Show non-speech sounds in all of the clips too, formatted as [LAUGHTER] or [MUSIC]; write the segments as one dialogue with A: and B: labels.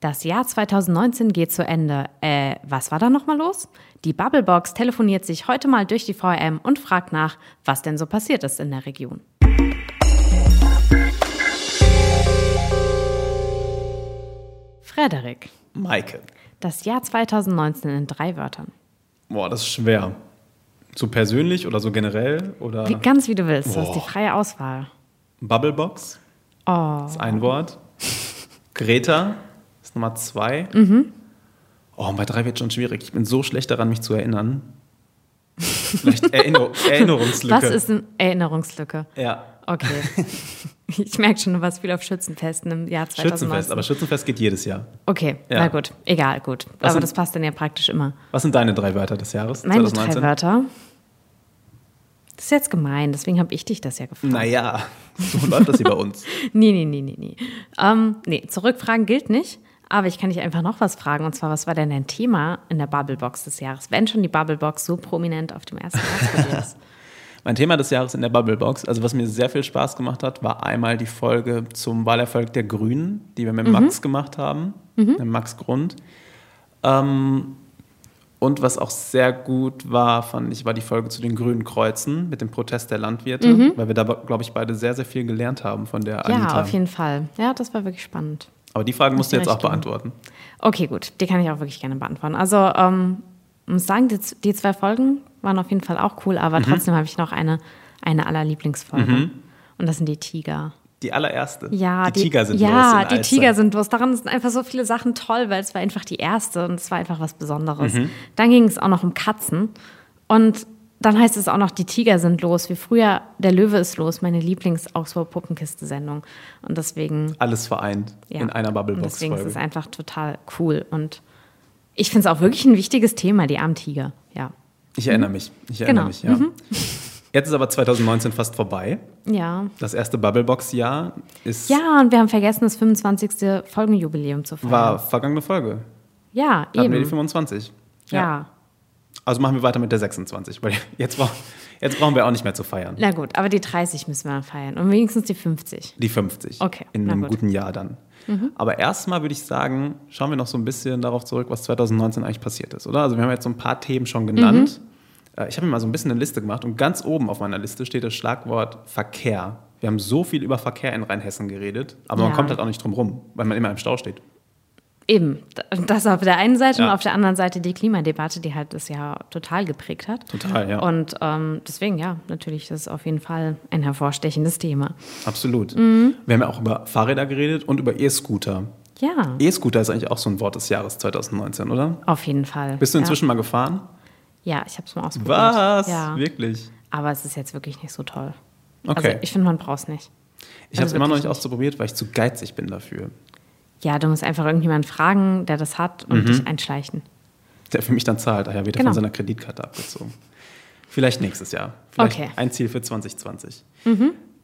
A: Das Jahr 2019 geht zu Ende. Äh, was war da nochmal los? Die Bubblebox telefoniert sich heute mal durch die VRM und fragt nach, was denn so passiert ist in der Region. Frederik,
B: Maike.
A: das Jahr 2019 in drei Wörtern.
B: Boah, das ist schwer. So persönlich oder so generell oder
A: Wie, ganz wie du willst, du hast die
B: Boah.
A: freie Auswahl.
B: Bubblebox
A: Oh,
B: ist ein Wort. Greta ist Nummer zwei.
A: Mhm.
B: Oh, und bei drei wird schon schwierig. Ich bin so schlecht daran, mich zu erinnern. Vielleicht
A: [LAUGHS]
B: Erinner Erinnerungslücke.
A: was ist eine Erinnerungslücke?
B: ja, [LAUGHS]
A: Okay. ich merke schon, du warst viel auf Schützenfesten im Jahr 2019.
B: Schützenfest. Aber Schützenfest geht jedes Jahr.
A: Okay,
B: Ja.
A: na gut, egal, gut.
B: Was
A: Aber
B: sind-
A: das passt dann ja praktisch immer.
B: Was sind deine drei Wörter des Jahres
A: Meine drei
B: 2019?
A: Wörter. Das ist jetzt gemein, deswegen habe ich dich das ja gefragt.
B: Naja, so läuft das hier bei uns.
A: Nee, nee, nee, nee, nee. Ähm, nee, zurückfragen gilt nicht. Aber ich kann dich einfach noch was fragen. Und zwar, was war denn dein Thema in der Bubblebox des Jahres? Wenn schon die Bubblebox so prominent auf dem ersten Platz bei dir
B: [LAUGHS]
A: ist.
B: Mein Thema des Jahres in der Bubblebox, also was mir sehr viel Spaß gemacht hat, war einmal die Folge zum Wahlerfolg der Grünen, die wir
A: Mhm.
B: mit Max gemacht haben, mit Max Grund. Ähm, und was auch sehr gut war, fand ich, war die Folge zu den grünen Kreuzen mit dem Protest der Landwirte, weil wir da, glaube ich, beide sehr, sehr viel gelernt haben von der
A: Mhm. Ja,
B: Anita.
A: auf jeden Fall. Ja, das war wirklich spannend.
B: Aber die Frage musst du
A: dir
B: jetzt auch
A: recht geben.
B: beantworten.
A: Okay, gut. Die kann ich auch wirklich gerne beantworten. Also, ähm, muss sagen, die, z- die zwei Folgen waren auf jeden Fall auch cool,
B: Mhm.
A: aber trotzdem habe ich noch eine, eine aller Lieblingsfolge. Und das sind die Tiger.
B: Die allererste.
A: Ja,
B: Mhm. die, Tiger sind
A: Ja,
B: los in
A: die
B: Alster.
A: Tiger sind los. Daran sind einfach so viele Sachen toll, weil es war einfach die erste und es war einfach was Besonderes.
B: Mhm.
A: Dann ging es auch noch um Katzen. Und dann heißt es auch noch, die Tiger sind los, wie früher der Löwe ist los, meine Lieblings-Augsburg-Puppenkiste-Sendung. Und deswegen
B: Alles vereint
A: ja.
B: in einer
A: Und Deswegen ist es
B: Bubblebox-Folge.
A: einfach total cool. Und ich finde es auch wirklich ein wichtiges Thema, die armen Tiger. Ja.
B: Ich erinnere mich. Ich
A: Genau.
B: erinnere mich, ja. Jetzt ist aber 2019 fast vorbei.
A: Ja.
B: Das erste Bubblebox-Jahr ist
A: Ja, und wir haben vergessen, das 25. Folgenjubiläum zu feiern.
B: war vergangene Folge.
A: Ja,
B: Da hatten wir die
A: eben.
B: 25.
A: Ja.
B: Also machen wir weiter mit der 26, weil jetzt, brauch, jetzt brauchen wir auch nicht mehr zu feiern.
A: Na gut, aber die 30 müssen wir feiern. Und wenigstens die 50.
B: Die 50.
A: Okay,
B: In
A: na
B: einem
A: gut. Mhm.
B: guten Jahr dann. Aber erstmal würde ich sagen, schauen wir noch so ein bisschen darauf zurück, was 2019 eigentlich passiert ist, oder? Also wir haben jetzt so ein paar Themen schon genannt.
A: Mhm.
B: Äh, Ich habe mir mal so ein bisschen eine Liste gemacht und ganz oben auf meiner Liste steht das Schlagwort Verkehr. Wir haben so viel über Verkehr in Rheinhessen geredet, aber man
A: Ja.
B: kommt halt auch nicht drum rum, weil man immer im Stau steht.
A: Eben. Das auf der einen Seite
B: Ja.
A: und auf der anderen Seite die Klimadebatte, die halt das Jahr total geprägt hat.
B: Total, ja.
A: Und ähm, deswegen, ja, natürlich, das ist auf jeden Fall ein hervorstechendes Thema.
B: Absolut.
A: Mhm.
B: Wir haben ja auch über Fahrräder geredet und über E-Scooter.
A: Ja,
B: E-Scooter ist eigentlich auch so ein Wort des Jahres 2019, oder?
A: auf jeden Fall.
B: Bist du
A: ja.
B: inzwischen mal gefahren?
A: Ja, ich habe es mal ausprobiert.
B: Was?
A: Ja.
B: Wirklich?
A: Aber es ist jetzt wirklich nicht so toll.
B: Okay.
A: Also ich finde, man braucht es nicht.
B: Ich habe es immer noch
A: Also wirklich
B: nicht ausprobiert, weil ich zu geizig bin dafür.
A: Ja, du musst einfach irgendjemanden fragen, der das hat
B: Mhm.
A: und dich einschleichen.
B: Der für mich dann zahlt. Ach ja, wird er
A: Genau.
B: von seiner Kreditkarte abgezogen. Vielleicht nächstes Jahr. Vielleicht
A: Okay. Mhm.
B: ein Ziel für 2020.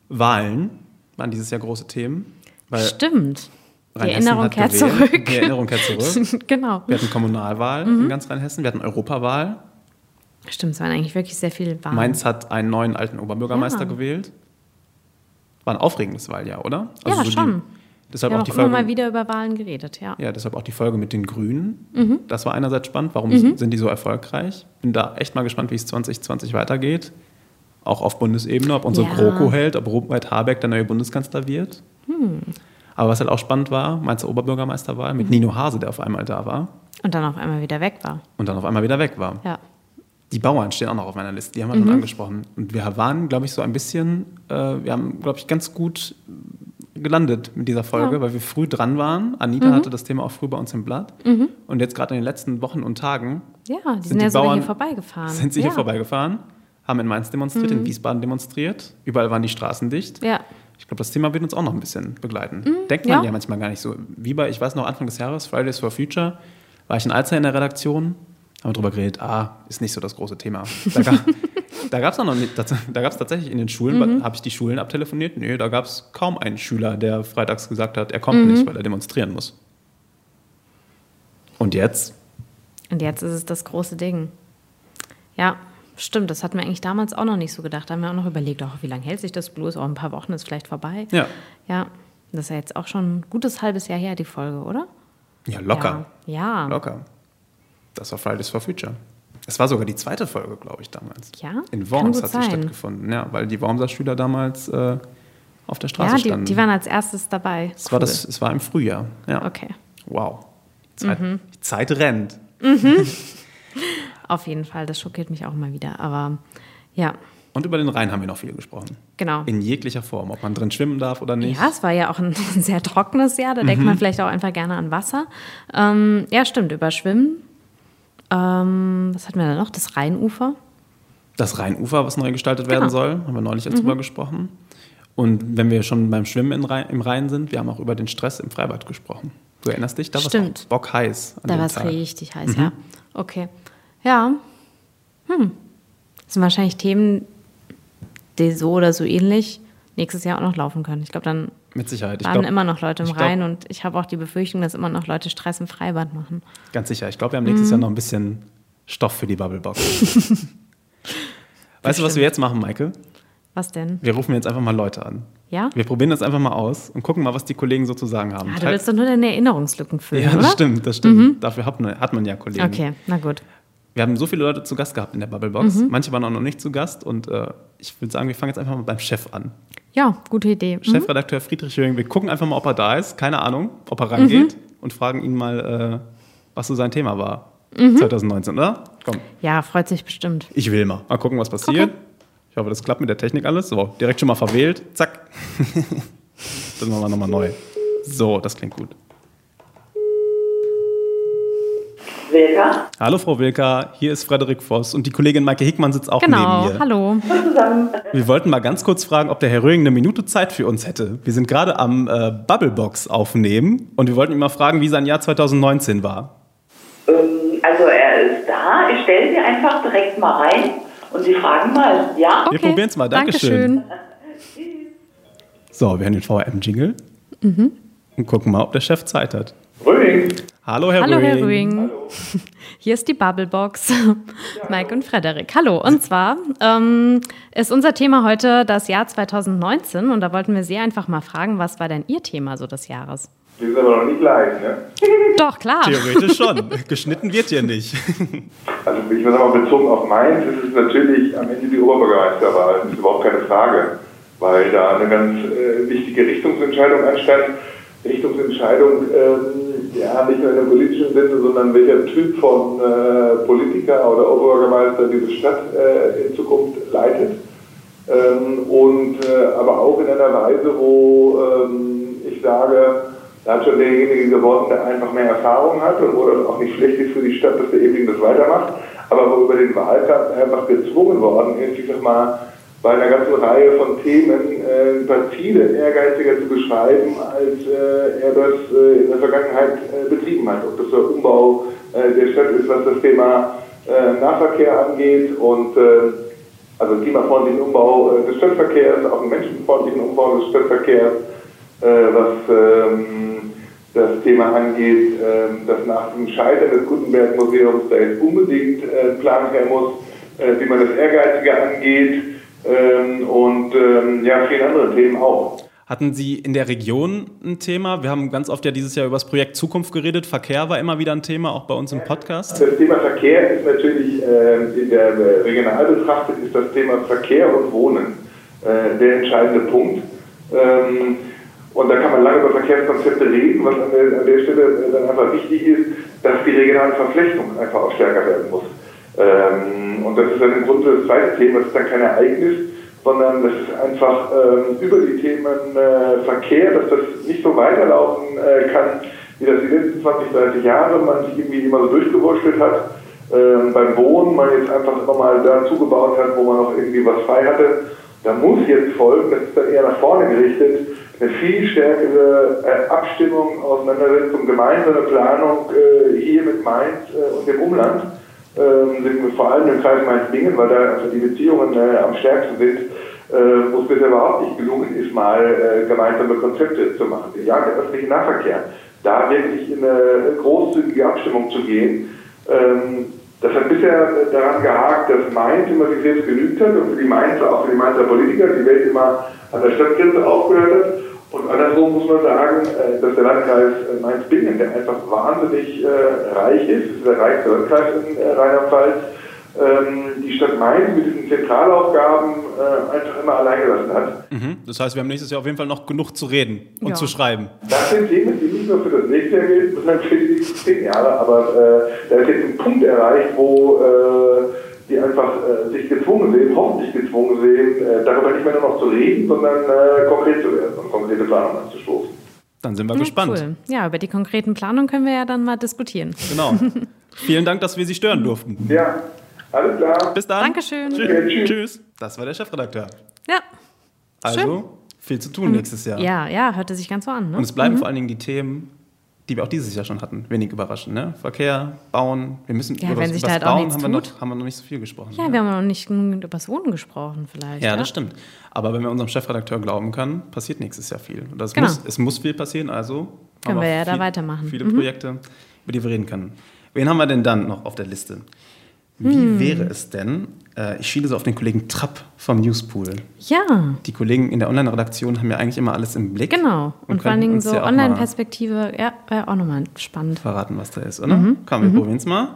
B: Wahlen waren dieses Jahr große Themen. Weil
A: Stimmt. Die
B: Rheinhessen
A: Erinnerung
B: hat
A: kehrt
B: gewählt.
A: zurück.
B: Die Erinnerung kehrt zurück.
A: [LAUGHS] genau.
B: Wir hatten Kommunalwahl
A: Mhm.
B: in ganz Rheinhessen, wir hatten Europawahl.
A: Stimmt, es waren eigentlich wirklich sehr viele Wahlen.
B: Mainz hat einen neuen alten Oberbürgermeister
A: Ja.
B: gewählt. War ein aufregendes Wahljahr, oder? Also
A: Ja, schon.
B: Die, deshalb
A: Wir
B: auch
A: haben
B: die
A: auch immer
B: Folge,
A: mal wieder über Wahlen geredet, ja.
B: Ja, deshalb auch die Folge mit den Grünen. Das war einerseits spannend. Warum sind die so erfolgreich? Bin da echt mal gespannt, wie es 2020 weitergeht. Auch auf Bundesebene, ob unsere
A: Ja.
B: GroKo hält, ob Robert Habeck der neue Bundeskanzler wird. Aber was halt auch spannend war, Mainzer Oberbürgermeisterwahl mit Nino Hase, der auf einmal da war
A: Und dann auf einmal wieder weg war.
B: und dann auf einmal wieder weg war.
A: Ja.
B: Die Bauern stehen auch noch auf meiner Liste, die haben wir
A: Mhm.
B: schon angesprochen. Und wir waren, glaube ich, so ein bisschen, äh, wir haben, glaube ich, ganz gut gelandet mit dieser Folge,
A: Ja. Mhm.
B: weil wir früh dran waren. Anita hatte das Thema auch früh bei uns im Blatt. Und jetzt gerade in den letzten Wochen und Tagen
A: Ja, die sind, ja sogar hier vorbeigefahren.
B: Sind sie
A: ja. Mhm.
B: hier vorbeigefahren, haben in Mainz demonstriert, in Wiesbaden demonstriert. Überall waren die Straßen dicht.
A: Ja.
B: Ich glaube, das Thema wird uns auch noch ein bisschen begleiten. Denkt
A: ja.
B: man ja. manchmal gar nicht so. Wie bei, ich weiß noch, Anfang des Jahres, Fridays for Future, war ich in Alzer in der Redaktion, haben wir darüber geredet, ah, ist nicht so das große Thema. Da, ga, da gab es noch nicht, das- da gab es tatsächlich in den Schulen, habe ich die Schulen abtelefoniert? Nee, da gab es kaum einen Schüler, der freitags gesagt hat, er kommt nicht, weil er demonstrieren muss. Und jetzt?
A: Und jetzt ist es das große Ding. Ja, stimmt. Das hatten wir eigentlich damals auch noch nicht so gedacht. Da haben wir auch noch überlegt, ach, wie lange hält sich das bloß? Auch ein paar Wochen ist vielleicht vorbei.
B: Ja.
A: Ja, das ist ja jetzt auch schon ein gutes halbes Jahr her, die Folge, oder?
B: Ja, locker.
A: Ja. Ja.
B: Locker. Das war Fridays for Future. Es war sogar die zweite Folge, glaube ich, damals.
A: Ja?
B: In
A: Kann
B: Worms
A: gut
B: hat
A: sein.
B: sie stattgefunden. Ja, weil die Wormser Schüler damals äh, auf der Straße
A: Ja,
B: standen.
A: die, die waren als erstes dabei.
B: es, war Also das, es war im Frühjahr. Ja.
A: Okay, Mhm.
B: Wow. Zeit, Die Zeit rennt.
A: auf jeden Fall. Das schockiert mich auch mal wieder. Aber ja,
B: Und über den Rhein haben wir noch viel gesprochen.
A: genau.
B: In jeglicher Form, ob man drin schwimmen darf oder nicht.
A: Ja, es war ja auch ein [LAUGHS] sehr trockenes Jahr. Da
B: Mhm.
A: denkt man vielleicht auch einfach gerne an Wasser. Ähm, ja, stimmt, über Schwimmen. Ähm, was hatten wir da noch? Das Rheinufer.
B: Das Rheinufer, was neu gestaltet werden
A: Genau.
B: soll, haben wir neulich jetzt drüber gesprochen. Und wenn wir schon beim Schwimmen in Rhein, im Rhein sind, wir haben auch über den Stress im Freibad gesprochen. Du erinnerst dich? Da war es
A: Stimmt.
B: Bock heiß an
A: Da
B: dem
A: war es
B: Tag. Mhm.
A: richtig heiß, ja. Okay. Ja. Hm. Das sind wahrscheinlich Themen, die so oder so ähnlich nächstes Jahr auch noch laufen können. Ich glaube, dann
B: Mit Sicherheit. Ich
A: waren
B: glaub,
A: immer noch Leute im
B: ich glaub-
A: Rhein und ich habe auch die Befürchtung, dass immer noch Leute Stress im Freibad machen.
B: Ganz sicher. Ich glaube, wir haben nächstes
A: Mhm.
B: Jahr noch ein bisschen Stoff für
A: [LAUGHS]
B: die Bubblebox. weißt du, was wir jetzt machen, Maike?
A: Was denn?
B: Wir rufen jetzt einfach mal Leute an.
A: Ja?
B: Wir probieren das einfach mal aus und gucken mal, was die Kollegen so zu sagen haben.
A: Ah, du
B: Teil-
A: willst doch nur deine Erinnerungslücken füllen,
B: ja,
A: oder? Mhm.
B: das stimmt, das stimmt. Dafür hat man, hat man ja Kollegen.
A: Okay, Mhm. na gut.
B: Wir haben so viele Leute zu Gast gehabt in der Bubblebox. Manche waren auch noch nicht zu Gast und äh, ich würde sagen, wir fangen jetzt einfach mal beim Chef an.
A: Ja, gute Idee. Mhm.
B: Chefredakteur Friedrich Höring, wir gucken einfach mal, ob er da ist. Keine Ahnung, ob er rangeht
A: Mhm.
B: und fragen ihn mal, äh, was so sein Thema war.
A: Mhm.
B: 2019, oder? Komm,
A: Ja, freut sich bestimmt.
B: ich will mal. Mal gucken, was passiert.
A: Okay.
B: Ich hoffe, das klappt mit der Technik alles. So, direkt schon mal verwählt.
A: [LAUGHS]
B: Zack. das machen wir nochmal neu. So, das klingt gut.
C: Silka.
B: Hallo Frau Wilka, hier ist Frederik Voss und die Kollegin Maike Hickmann sitzt auch neben
A: Genau,
B: mir.
A: hallo.
C: Hallo zusammen.
B: Wir wollten mal ganz kurz fragen, ob der Herr Röhring eine Minute Zeit für uns hätte. Wir sind gerade am äh, Bubblebox aufnehmen und wir wollten ihn mal fragen, wie sein Jahr 2019 war.
C: Ähm, also er ist da. Ich stelle sie einfach direkt mal rein und sie fragen mal. Ja?
B: Wir probieren's mal. Dankeschön.
A: Dankeschön.
B: So, wir haben den VRM-Jingle
A: Mhm.
B: und gucken mal, ob der Chef Zeit hat.
C: Röhring.
B: Hallo Herr
A: Hallo,
B: Röhring.
A: Herr Rüing. [LAUGHS] Hier ist die Bubblebox. Mike und Frederik. Hallo. Und zwar ähm, ist unser Thema heute das Jahr 2019 und da wollten wir Sie einfach mal fragen, was war denn Ihr Thema so des Jahres?
D: Wir sind aber noch nicht live, ne?
A: Doch, klar.
B: [LAUGHS]
A: Hm,
B: Theoretisch schon. Geschnitten wird hier nicht.
D: Also ich muss aber bezogen auf Mainz ist es natürlich am Ende die Oberbürgermeisterwahl. Das ist überhaupt keine Frage, weil da eine ganz äh, wichtige Richtungsentscheidung anstand. Richtungsentscheidung, ähm, ja, nicht nur in der politischen Sinne, sondern welcher Typ von äh, Politiker oder Oberbürgermeister diese Stadt äh, in Zukunft leitet. Ähm, und äh, aber auch in einer Weise, wo ähm, ich sage, da hat schon derjenige geworden, der einfach mehr Erfahrung hat und wo das auch nicht schlecht ist für die Stadt, dass der eben das weitermacht, aber wo über den Wahlkampf einfach gezwungen worden ist, ich sag mal, bei einer ganzen Reihe von Themen äh, ein paar Ziele ehrgeiziger zu beschreiben, als äh, er das äh, in der Vergangenheit äh, betrieben hat. Ob das der Umbau äh, der Stadt ist, was das Thema äh, Nahverkehr angeht und äh, also klimafreundlichen Umbau äh, des Stadtverkehrs, auch einen menschenfreundlichen Umbau des Stadtverkehrs, äh, was ähm, das Thema angeht, ähm, dass nach dem Scheitern des Gutenberg-Museums da jetzt unbedingt äh, ein Plan her muss, äh, wie man das Ehrgeiziger angeht ähm, und ähm, ja, vielen anderen Themen auch.
B: Hatten Sie in der Region ein Thema? Wir haben ganz oft ja dieses Jahr über das Projekt Zukunft geredet. Verkehr war immer wieder ein Thema, auch bei uns im Podcast.
D: Also Das Thema Verkehr ist natürlich äh, in der äh, regional betrachtet ist das Thema Verkehr und Wohnen äh, der entscheidende Punkt. Ähm, und da kann man lange über Verkehrskonzepte reden, was an der, an der Stelle äh, dann einfach wichtig ist, dass die regionale Verflechtung einfach auch stärker werden muss. Ähm, und das ist dann im Grunde das zweite Thema, das ist dann kein Ereignis, sondern das ist einfach ähm, über die Themen äh, Verkehr, dass das nicht so weiterlaufen äh, kann, wie das die letzten 20, 30 Jahre man sich irgendwie immer so durchgewurschtelt hat. Ähm, beim Wohnen man jetzt einfach immer mal da zugebaut hat, wo man noch irgendwie was frei hatte. Da muss jetzt folgen, das ist dann eher nach vorne gerichtet, eine viel stärkere äh, Abstimmung, Auseinandersetzung, gemeinsame Planung äh, hier mit Mainz äh, und dem Umland ähm, sind wir vor allem im Kreis Mainz-Bingen, weil da also die Beziehungen äh, am stärksten sind, äh, wo es bisher überhaupt nicht gelungen ist, mal äh, gemeinsame Konzepte zu machen. Ja, der öffentliche Nahverkehr, da wirklich in eine großzügige Abstimmung zu gehen. Ähm, das hat bisher äh, daran gehakt, dass Mainz immer sich selbst genügt hat und für die Mainzer, auch für die Mainzer Politiker, die Welt immer an der Stadtgrenze aufgehört hat.
E: Und andersrum muss man sagen, äh, dass der Landkreis Mainz-Bingen, der einfach wahnsinnig äh, reich ist, das ist der reichste Landkreis in äh, Rheinland-Pfalz, ähm, die Stadt Mainz mit diesen Zentralaufgaben äh, einfach immer allein gelassen hat.
B: Mhm. Das heißt, wir haben nächstes Jahr auf jeden Fall noch genug zu reden und
A: Ja.
B: zu schreiben.
E: Das sind Themen, die nicht nur für das nächste Jahr gelten, sondern für die nächsten zehn Jahre. Aber äh, da ist jetzt ein Punkt erreicht, wo äh, die einfach äh, sich gezwungen sehen, hoffentlich gezwungen sehen, äh, darüber nicht mehr nur noch zu reden, sondern äh, konkret zu werden und konkrete Planungen anzustoßen.
B: Dann sind wir gespannt.
A: Cool. Ja, über die konkreten Planungen können wir ja dann mal diskutieren. [LAUGHS]
B: Genau. Vielen Dank, dass wir Sie stören durften.
E: Ja, alles klar.
B: Bis dann.
A: Dankeschön.
B: Tschü-
E: Okay, tschüss.
B: Tschüss. Das war der Chefredakteur.
A: Ja.
B: Also
A: Schön.
B: viel zu tun nächstes Jahr.
A: Mhm. Ja, ja, hörte sich ganz so an. Ne?
B: Und es bleiben vor allen Dingen die Themen, die wir auch dieses Jahr schon hatten. Wenig überraschend, ne? Verkehr, Bauen. Wir müssen
A: Ja,
B: über
A: wenn
B: das,
A: sich
B: über
A: da
B: das
A: halt auch
B: Bauen
A: nichts
B: haben, wir noch,
A: tut.
B: haben wir noch nicht so viel gesprochen. ne?
A: ja, wir haben noch nicht genügend über das Wohnen gesprochen vielleicht.
B: Ja, das stimmt. Aber wenn wir unserem Chefredakteur glauben können, passiert nächstes Jahr viel. Und das
A: Genau.
B: muss, es muss viel passieren, also
A: Können
B: haben
A: wir ja
B: viel,
A: da weitermachen. Mhm.
B: Viele Projekte, über die wir reden können. Wen haben wir denn dann noch auf der Liste? Wie
A: Hm.
B: wäre es denn? Äh, ich schiele so auf den Kollegen Trapp vom Newspool.
A: Ja,
B: Die Kollegen in der Online-Redaktion haben ja eigentlich immer alles im Blick.
A: genau. Und, vor allen
B: könnten
A: Dingen
B: uns
A: so
B: ja auch mal
A: Online-Perspektive, ja, war ja auch nochmal spannend.
B: verraten, was da ist, oder?
A: Mhm.
B: Komm, wir probieren es mal.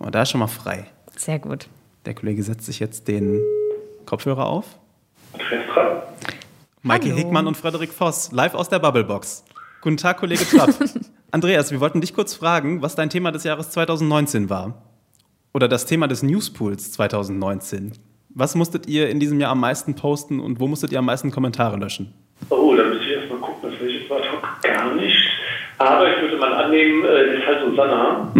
B: Oh, da ist schon mal frei.
A: Sehr gut.
B: Der Kollege setzt sich jetzt den Kopfhörer auf.
E: Festran.
B: Maike
A: Hallo.
B: Hickmann und Frederik Voss, live aus der Bubblebox. Guten Tag, Kollege Trapp. Andreas, wir wollten dich kurz fragen, was dein Thema des Jahres 2019 war. Oder das Thema des Newspools 2019. Was musstet ihr in diesem Jahr am meisten posten und wo musstet ihr am meisten Kommentare löschen?
D: Oh, da müsste ich erstmal gucken, das weiß ich jetzt ad hoc gar nicht. Aber ich würde mal annehmen, äh, das heißt Susanna.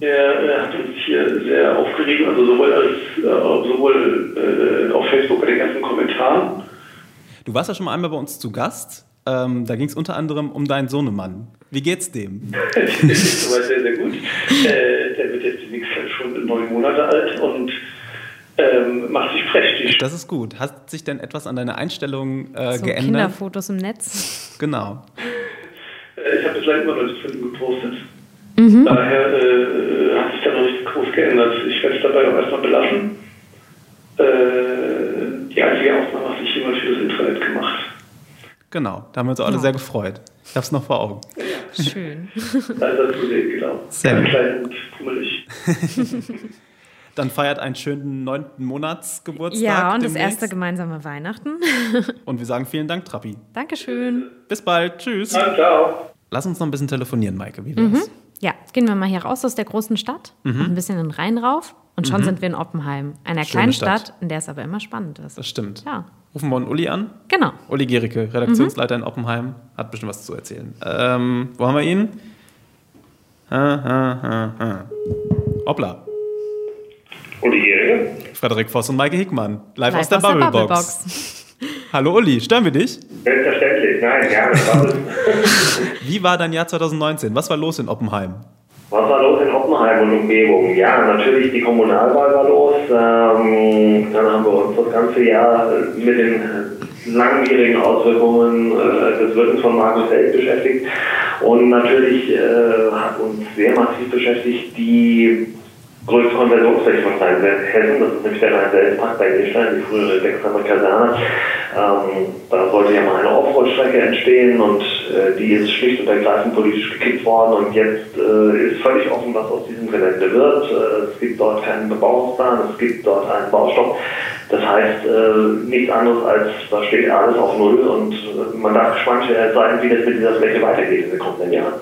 D: Der äh, hat uns hier sehr aufgeregt, also sowohl, als, äh, sowohl äh, auf Facebook bei den ganzen Kommentaren. [LAUGHS]
B: Du warst ja schon mal einmal bei uns zu Gast. Ähm, da ging es unter anderem um deinen Sohnemann. Wie geht's dem?
D: Der ist soweit sehr, sehr gut. Äh, der wird jetzt demnächst halt schon neun Monate alt und ähm, macht sich prächtig.
B: Das ist gut. Hat sich denn etwas an deiner Einstellung äh,
A: So
B: geändert?
A: Kinderfotos im Netz.
B: Genau.
D: Äh, Ich habe bislang immer noch nichts von ihm gepostet. Daher äh, hat sich da noch nichts groß geändert. Ich werde es dabei auch erstmal belassen. Äh, die einzige Ausnahme hat sich jemand für das Intranet gemacht.
B: Genau. Da haben wir uns alle
A: Ja.
B: sehr gefreut. Ich hab's noch vor Augen.
A: Schön.
D: Also zu sehen, genau.
B: Sehr gut.
D: klein und pummelig.
B: Dann feiert einen schönen neunten Monatsgeburtstag.
A: Ja, und das
B: demnächst.
A: erste gemeinsame
B: [LAUGHS]
A: Weihnachten.
B: Und wir sagen vielen Dank, Trappi.
A: Dankeschön.
B: Bis bald. Tschüss.
D: Na, ciao.
B: Lass uns noch ein bisschen telefonieren, Maike. Wie
A: Mhm.
B: wär's?
A: Ja, gehen wir mal hier raus aus der großen Stadt, noch ein bisschen in den Rhein rauf und schon sind wir in Oppenheim, einer
B: Mhm. Schöne
A: kleinen
B: Stadt.
A: Stadt. in der es aber immer spannend ist.
B: Das stimmt.
A: Ja. Mhm.
B: Rufen wir einen Uli an.
A: Genau.
B: Uli Gericke, Redaktionsleiter in Oppenheim, hat bestimmt was zu erzählen. Ähm, wo haben wir ihn? Ha, ha, ha, ha. Hoppla.
E: Und die Jährige?
B: Frederik Voss und Maike Hickmann. Live,
A: Live
B: aus der Bubblebox. Hallo Uli, stören wir dich?
E: Selbstverständlich, nein, ja, das war es.
D: [LAUGHS]
B: Wie war dein Jahr 2019? Was war los in Oppenheim?
E: Was war los in Oppenheim und Umgebung? Ja, natürlich die Kommunalwahl war los. Ähm, dann haben wir uns das ganze Jahr mit den langwierigen Auswirkungen äh, des Wirkens von Markus Held beschäftigt. Und natürlich äh, hat uns sehr massiv beschäftigt die größte Konversionsfläche von Rheinhessen. Das ist nämlich der Rhein-Selbstpark bei Nierstein, die frühere Dexheimer Kaserne. Ähm, da sollte ja mal eine Offroad-Strecke entstehen und äh, die ist schlicht und ergreifend politisch gekippt worden. Und jetzt äh, ist völlig offen, was aus diesem Gelände wird. Äh, es gibt dort keinen Bebauungsplan, es gibt dort einen Baustopp. Das heißt, äh, nichts anderes als, da steht alles auf Null und äh, man darf gespannt sein, wie das mit dieser Fläche weitergeht in den kommenden Jahren.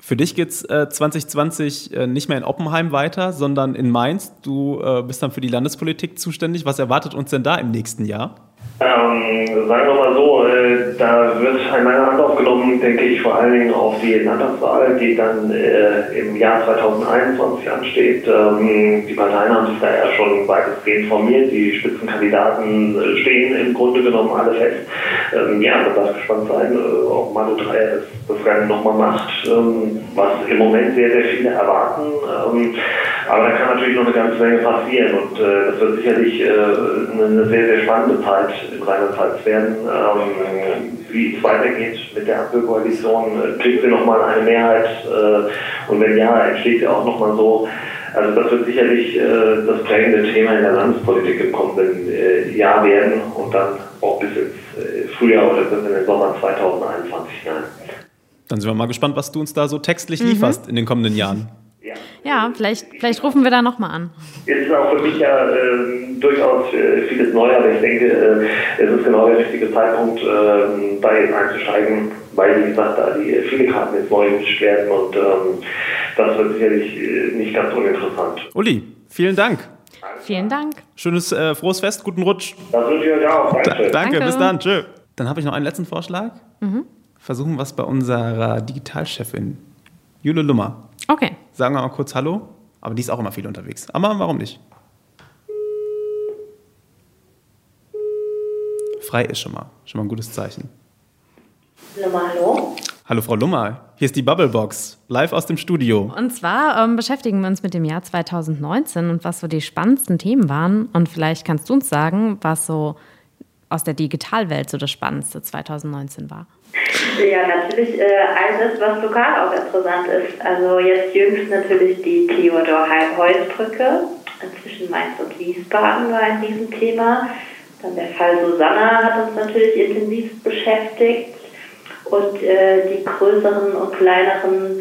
B: Für dich geht's äh, 2020 äh, nicht mehr in Oppenheim weiter, sondern in Mainz. Du äh, bist dann für die Landespolitik zuständig. Was erwartet uns denn da im nächsten Jahr?
E: Ähm, sagen wir mal so, äh, da wird ein langer Anlauf genommen, denke ich, vor allen Dingen auf die Landtagswahl, die dann äh, im Jahr 2021 ansteht. Ähm, die Parteien haben sich da ja schon weitestgehend formiert. Die Spitzenkandidaten äh, stehen im Grunde genommen alle fest. Ähm, ja, man darf gespannt sein, äh, ob Manu Dreier das, das Ganze nochmal macht, ähm, was im Moment sehr, sehr viele erwarten. Ähm, aber da kann natürlich noch eine ganze Menge passieren und äh, das wird sicherlich äh, eine sehr, sehr spannende Zeit in Rheinland-Pfalz werden. Ähm, wie es weitergeht mit der Ampelkoalition, äh, kriegt sie nochmal eine Mehrheit äh, und wenn ja, entsteht ja auch nochmal so Also das wird sicherlich äh, das prägende Thema in der Landespolitik im kommenden äh, Jahr werden und dann auch bis ins äh, Frühjahr oder bis in den Sommer 2021 hinein.
B: Dann sind wir mal gespannt, was du uns da so textlich lieferst in den kommenden Jahren.
E: Ja.
A: Ja, vielleicht, vielleicht rufen wir da nochmal an.
E: Es ist auch für mich ja ähm, durchaus äh, vieles neu, aber ich denke, äh, es ist genau der richtige Zeitpunkt, ähm, da jetzt einzusteigen, weil, wie gesagt, da die äh, viele Karten jetzt neu gemischt werden und ähm, das wird sicherlich äh, nicht ganz uninteressant.
B: Uli, vielen Dank.
A: Vielen Dank.
B: Schönes, äh, frohes Fest, guten Rutsch.
E: Das wünsche ich euch auch.
B: Danke,
E: Danke.
A: Danke.
B: bis dann. Tschö. Dann habe ich noch einen letzten Vorschlag. Versuchen wir es bei unserer Digitalchefin, Jule Lummer.
A: Okay.
B: Sagen wir mal kurz Hallo, aber die ist auch immer viel unterwegs. Aber warum nicht? Frei ist schon mal, schon mal ein gutes Zeichen.
F: Hallo.
B: Hallo Frau Lummer, hier ist die Bubblebox, live aus dem Studio.
A: Und zwar ähm, beschäftigen wir uns mit dem Jahr 2019 und was so die spannendsten Themen waren. Und vielleicht kannst du uns sagen, was so aus der Digitalwelt so das Spannendste 2019 war.
F: Ja, natürlich äh, alles, was lokal auch interessant ist. Also jetzt jüngst natürlich die Theodor-Heim-Holzbrücke zwischen Mainz und Wiesbaden war in diesem Thema. Dann der Fall Susanna hat uns natürlich intensiv beschäftigt und äh, die größeren und kleineren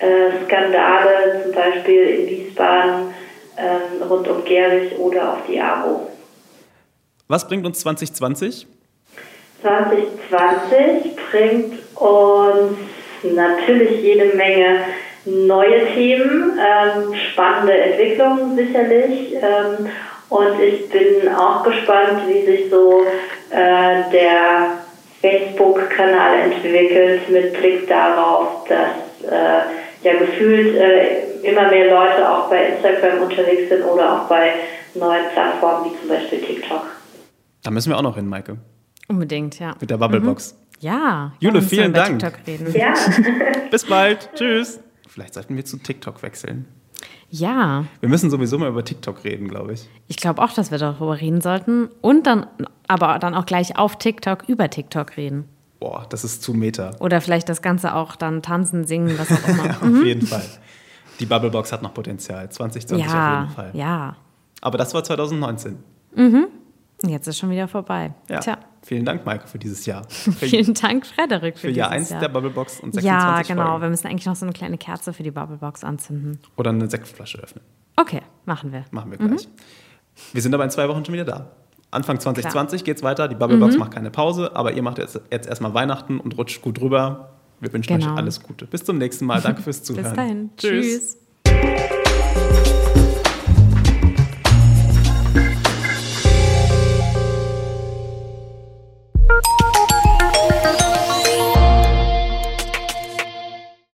F: äh, Skandale, zum Beispiel in Wiesbaden ähm, rund um Gerlich oder auch die AWO.
B: Was bringt uns 2020?
F: 2020 bringt uns natürlich jede Menge neue Themen, ähm, spannende Entwicklungen sicherlich. Ähm, und ich bin auch gespannt, wie sich so äh, der Facebook-Kanal entwickelt mit Blick darauf, dass äh, ja gefühlt äh, immer mehr Leute auch bei Instagram unterwegs sind oder auch bei neuen Plattformen wie zum Beispiel TikTok.
B: Da müssen wir auch noch hin, Maike,
A: Unbedingt, ja.
B: mit der Bubblebox.
A: Mhm. Ja.
B: Jule,
A: lass uns mal
B: vielen
A: über
B: Dank.
A: TikTok reden.
F: Ja.
B: Bis bald, tschüss. Vielleicht sollten wir zu TikTok wechseln.
A: Ja,
B: Wir müssen sowieso mal über TikTok reden, glaube ich.
A: ich glaube auch, dass wir darüber reden sollten. Und dann, aber dann auch gleich auf TikTok über TikTok reden.
B: Boah, das ist zu Meta.
A: Oder vielleicht das Ganze auch dann tanzen, singen, was auch immer.
B: [LAUGHS] Auf jeden Fall. Die Bubblebox hat noch Potenzial. 2020 auf jeden
A: ja,
B: Fall.
A: ja.
B: Aber das war 2019.
A: Jetzt ist schon wieder vorbei.
B: Ja.
A: Tja.
B: Vielen Dank, Maike, für
A: [LAUGHS]
B: dieses Jahr. Für,
A: Vielen Dank, Frederik, für,
B: für Jahr
A: dieses
B: 1 der Bubblebox und 26
A: Ja, genau.
B: Folgen.
A: Wir müssen eigentlich noch so eine kleine Kerze für die Bubblebox anzünden.
B: Oder eine Sektflasche öffnen.
A: Okay, machen wir.
B: Machen wir gleich.
A: Mhm.
B: Wir sind aber in zwei Wochen schon wieder da. Anfang 2020 geht's weiter. Die Bubblebox
A: Mhm.
B: macht keine Pause, aber ihr macht jetzt, jetzt erstmal Weihnachten und rutscht gut rüber. Wir wünschen
A: Genau. [LAUGHS]
B: euch alles Gute. Bis zum nächsten Mal. Danke fürs Zuhören.
A: Bis dahin. Tschüss.